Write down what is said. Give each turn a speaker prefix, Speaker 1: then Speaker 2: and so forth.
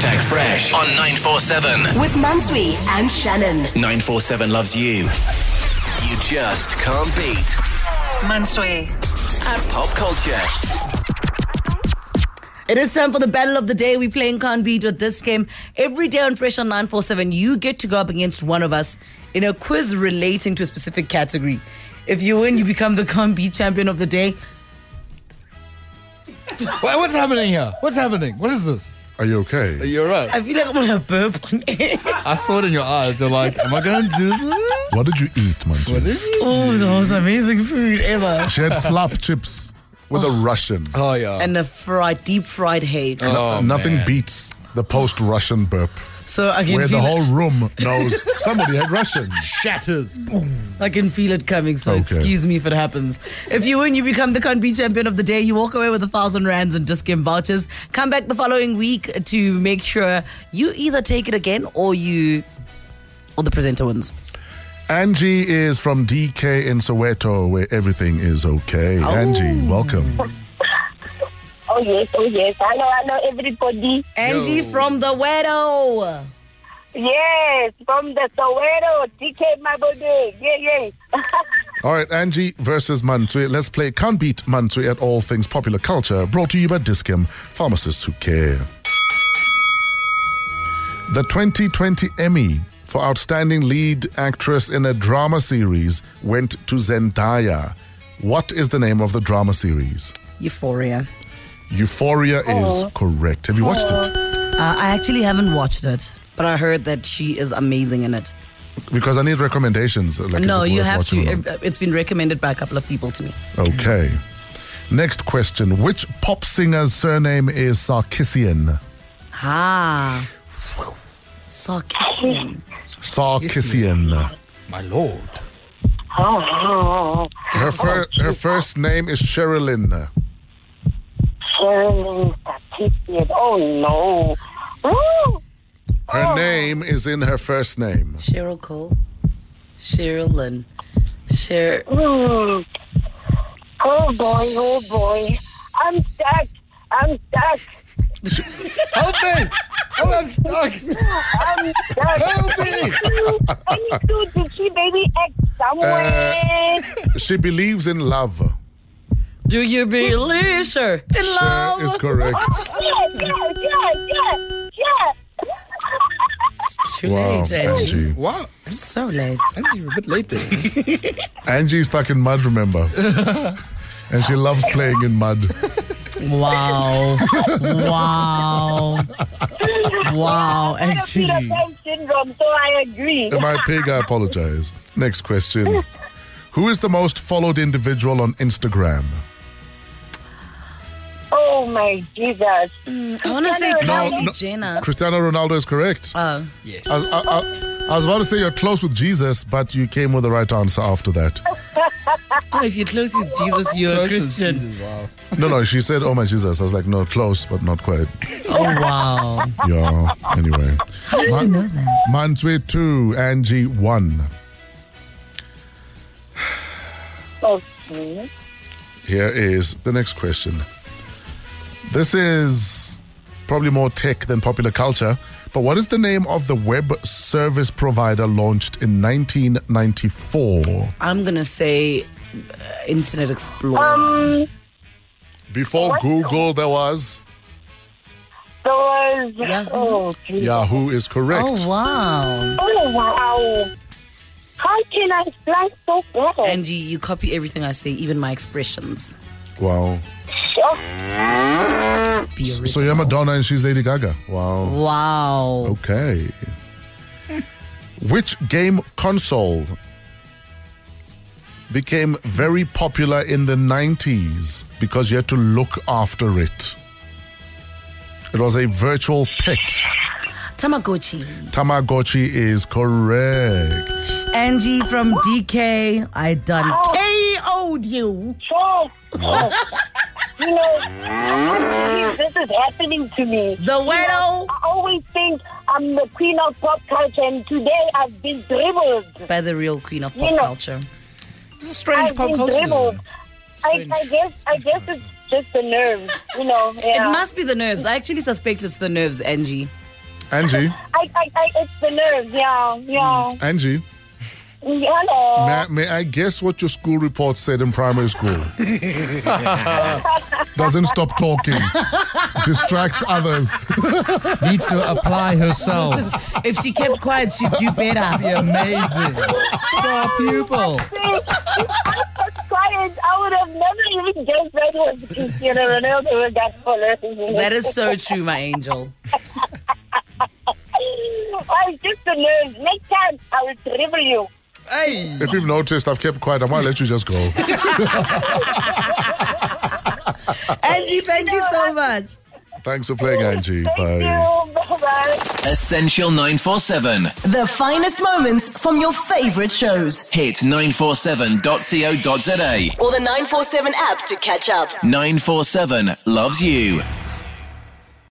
Speaker 1: Fresh on 947.
Speaker 2: With Mansui and Shannon.
Speaker 1: 947 loves you. You just can't beat.
Speaker 3: Mansui.
Speaker 1: And pop culture.
Speaker 4: It is time for the battle of the day. We playing Can't Beat with this game. Every day on Fresh on 947, you get to go up against one of us in a quiz relating to a specific category. If you win, you become the Can't Beat champion of the day.
Speaker 5: Wha- What's happening here? What's happening? What is this?
Speaker 6: Are you okay?
Speaker 5: You're right.
Speaker 4: I feel like I'm gonna burp on air.
Speaker 5: I saw it in your eyes. You're like, am I gonna do this?
Speaker 6: What did you eat, man?
Speaker 4: Oh, the most amazing food ever.
Speaker 6: She had slap chips with a Russian.
Speaker 5: Oh yeah.
Speaker 4: And a fried, deep fried hake.
Speaker 5: oh,
Speaker 6: Nothing
Speaker 5: man.
Speaker 6: beats the post-Russian burp,
Speaker 4: so I can
Speaker 6: where
Speaker 4: feel
Speaker 6: the
Speaker 4: it.
Speaker 6: whole room knows somebody had Russian.
Speaker 5: shatters.
Speaker 4: I can feel it coming, so
Speaker 6: Okay.
Speaker 4: excuse me if it happens. If you win, you become the country champion of the day. You walk away with a thousand rands and disc game vouchers. Come back the following week to make sure you either take it again or you or the presenter wins.
Speaker 6: Angie is from DK in Soweto, where everything is okay.
Speaker 5: Oh.
Speaker 6: Angie, welcome.
Speaker 7: Oh yes, oh yes. I know, I know everybody.
Speaker 4: Angie from the Widow.
Speaker 7: Yes, from the Soweto, DK Mabode. Yeah, yeah.
Speaker 6: All right, Angie versus Mansui. Let's play Can't Beat Mansui at All Things Popular Culture, brought to you by Discam, pharmacists who care. The 2020 Emmy for Outstanding Lead Actress in a Drama Series went to Zendaya. What is the name of the drama series?
Speaker 4: Euphoria.
Speaker 6: Euphoria
Speaker 4: Oh.
Speaker 6: is correct. Have you watched it?
Speaker 4: Uh, I actually haven't watched it, but I heard that she is amazing in it.
Speaker 6: Because I need recommendations. Like, is
Speaker 4: no,
Speaker 6: it
Speaker 4: you
Speaker 6: worth
Speaker 4: have
Speaker 6: watching or not?
Speaker 4: to. uh, It's been recommended by a couple of people to me.
Speaker 6: Okay. Next question. Which pop singer's surname is Sarkissian?
Speaker 4: Ah. Sarcasm.
Speaker 6: Sarkissian.
Speaker 5: My lord.
Speaker 7: Oh,
Speaker 6: Her, fir- her first name is Sherilyn.
Speaker 7: Sherilyn Statistian. Oh no. Woo!
Speaker 4: Oh.
Speaker 6: Her name is in her first name.
Speaker 4: Cheryl Cole, Cheryl Lynn, Cher.
Speaker 7: Mm. Oh boy, oh boy. I'm stuck. I'm stuck.
Speaker 5: Help me! Oh, I'm stuck.
Speaker 7: I'm stuck.
Speaker 5: Help me!
Speaker 7: I need to did she baby act somewhere?
Speaker 6: She believes in love.
Speaker 4: Do you believe, sir? In
Speaker 6: Cher
Speaker 4: love.
Speaker 6: is correct.
Speaker 7: yeah, Oh, yeah, yeah, yeah, yeah.
Speaker 4: It's too
Speaker 6: Wow,
Speaker 4: late, Angie.
Speaker 6: Angie.
Speaker 5: Wow.
Speaker 4: It's so late.
Speaker 5: Angie, you're a bit late there.
Speaker 6: Angie's stuck in mud, remember? and she loves playing in mud.
Speaker 4: Wow. wow. Wow,
Speaker 7: Peter
Speaker 4: Angie.
Speaker 7: Pan syndrome, so I agree.
Speaker 6: Am I a pig? I apologize. Next question. Who is the most followed individual on Instagram?
Speaker 7: Oh my Jesus.
Speaker 4: I want to say
Speaker 6: No,
Speaker 4: Kylie
Speaker 6: no.
Speaker 4: Jenner.
Speaker 6: Cristiano Ronaldo is correct.
Speaker 4: Oh,
Speaker 6: I, I- I- I was about to say you're close with Jesus, but you came with the right answer after that.
Speaker 4: Oh, if you're close with Jesus, you're a Christian.
Speaker 5: Wow.
Speaker 6: No, no, she said, Oh my Jesus. I was like, No, close, but not quite.
Speaker 4: Oh, wow.
Speaker 6: Yeah, anyway. How did you know that? Manswe 2, Angie 1.
Speaker 7: Okay.
Speaker 6: Here is the next question. This is probably more tech than popular culture, but what is the name of the web service provider launched in 1994?
Speaker 4: I'm going to say uh, Internet Explorer.
Speaker 7: Um,
Speaker 6: Before
Speaker 7: What?
Speaker 6: Google, there was
Speaker 7: there was.
Speaker 4: Yahoo.
Speaker 7: Oh, Jesus.
Speaker 6: Yahoo is correct.
Speaker 4: oh, wow.
Speaker 7: oh, wow. How can I fly so bad?
Speaker 4: Angie, you copy everything I say, even my expressions.
Speaker 6: Wow.
Speaker 7: Oh,
Speaker 4: Be
Speaker 6: So you're
Speaker 4: original.
Speaker 6: Madonna and she's Lady Gaga. Wow.
Speaker 4: Wow.
Speaker 6: Oh. Okay. Which game console became very popular in the 90s because you had to look after it? It was a virtual pet.
Speaker 4: Tamagotchi.
Speaker 6: Tamagotchi is correct.
Speaker 4: Angie from DK, I done
Speaker 6: Oh.
Speaker 4: KO'd you.
Speaker 7: Charles. Oh. you know, I can't believe this is happening to me.
Speaker 4: The widow
Speaker 7: I always think I'm the queen of pop culture, and today I've been dribbled.
Speaker 4: by the real queen of pop
Speaker 7: You know-
Speaker 4: culture.
Speaker 5: It's a strange
Speaker 7: I've
Speaker 5: pop
Speaker 7: been
Speaker 5: culture.
Speaker 7: dribbled. I,
Speaker 5: Strange.
Speaker 7: I guess, I guess it's just the nerves, you know. Yeah.
Speaker 4: It must be the nerves. I actually suspect it's the nerves, Angie.
Speaker 6: Angie,
Speaker 7: I, I, I, it's the nerves. Yeah, yeah.
Speaker 6: Angie,
Speaker 5: Mm.
Speaker 7: Hello.
Speaker 6: may I, may I guess what your school report said in primary school? Doesn't stop talking, distracts others.
Speaker 3: Needs to apply herself.
Speaker 4: If she kept quiet, she'd do better.
Speaker 3: Be amazing. Star pupil.
Speaker 7: I was quiet. I would have never even guessed that was Cristiano Ronaldo who got fuller.
Speaker 4: That is so true, my angel.
Speaker 7: I was just the nerves. Next time, I will dribble you.
Speaker 3: Hey.
Speaker 6: If you've noticed, I've kept quiet. I might let you just go.
Speaker 4: Angie, thank you so much.
Speaker 6: Thanks for playing, Angie.
Speaker 7: Thank
Speaker 6: Bye.
Speaker 7: you. Bye-bye.
Speaker 1: Essential 947.
Speaker 2: The finest moments from your favorite shows.
Speaker 1: Hit 947.co.za.
Speaker 2: Or the 947 app to catch up.
Speaker 1: 947 loves you.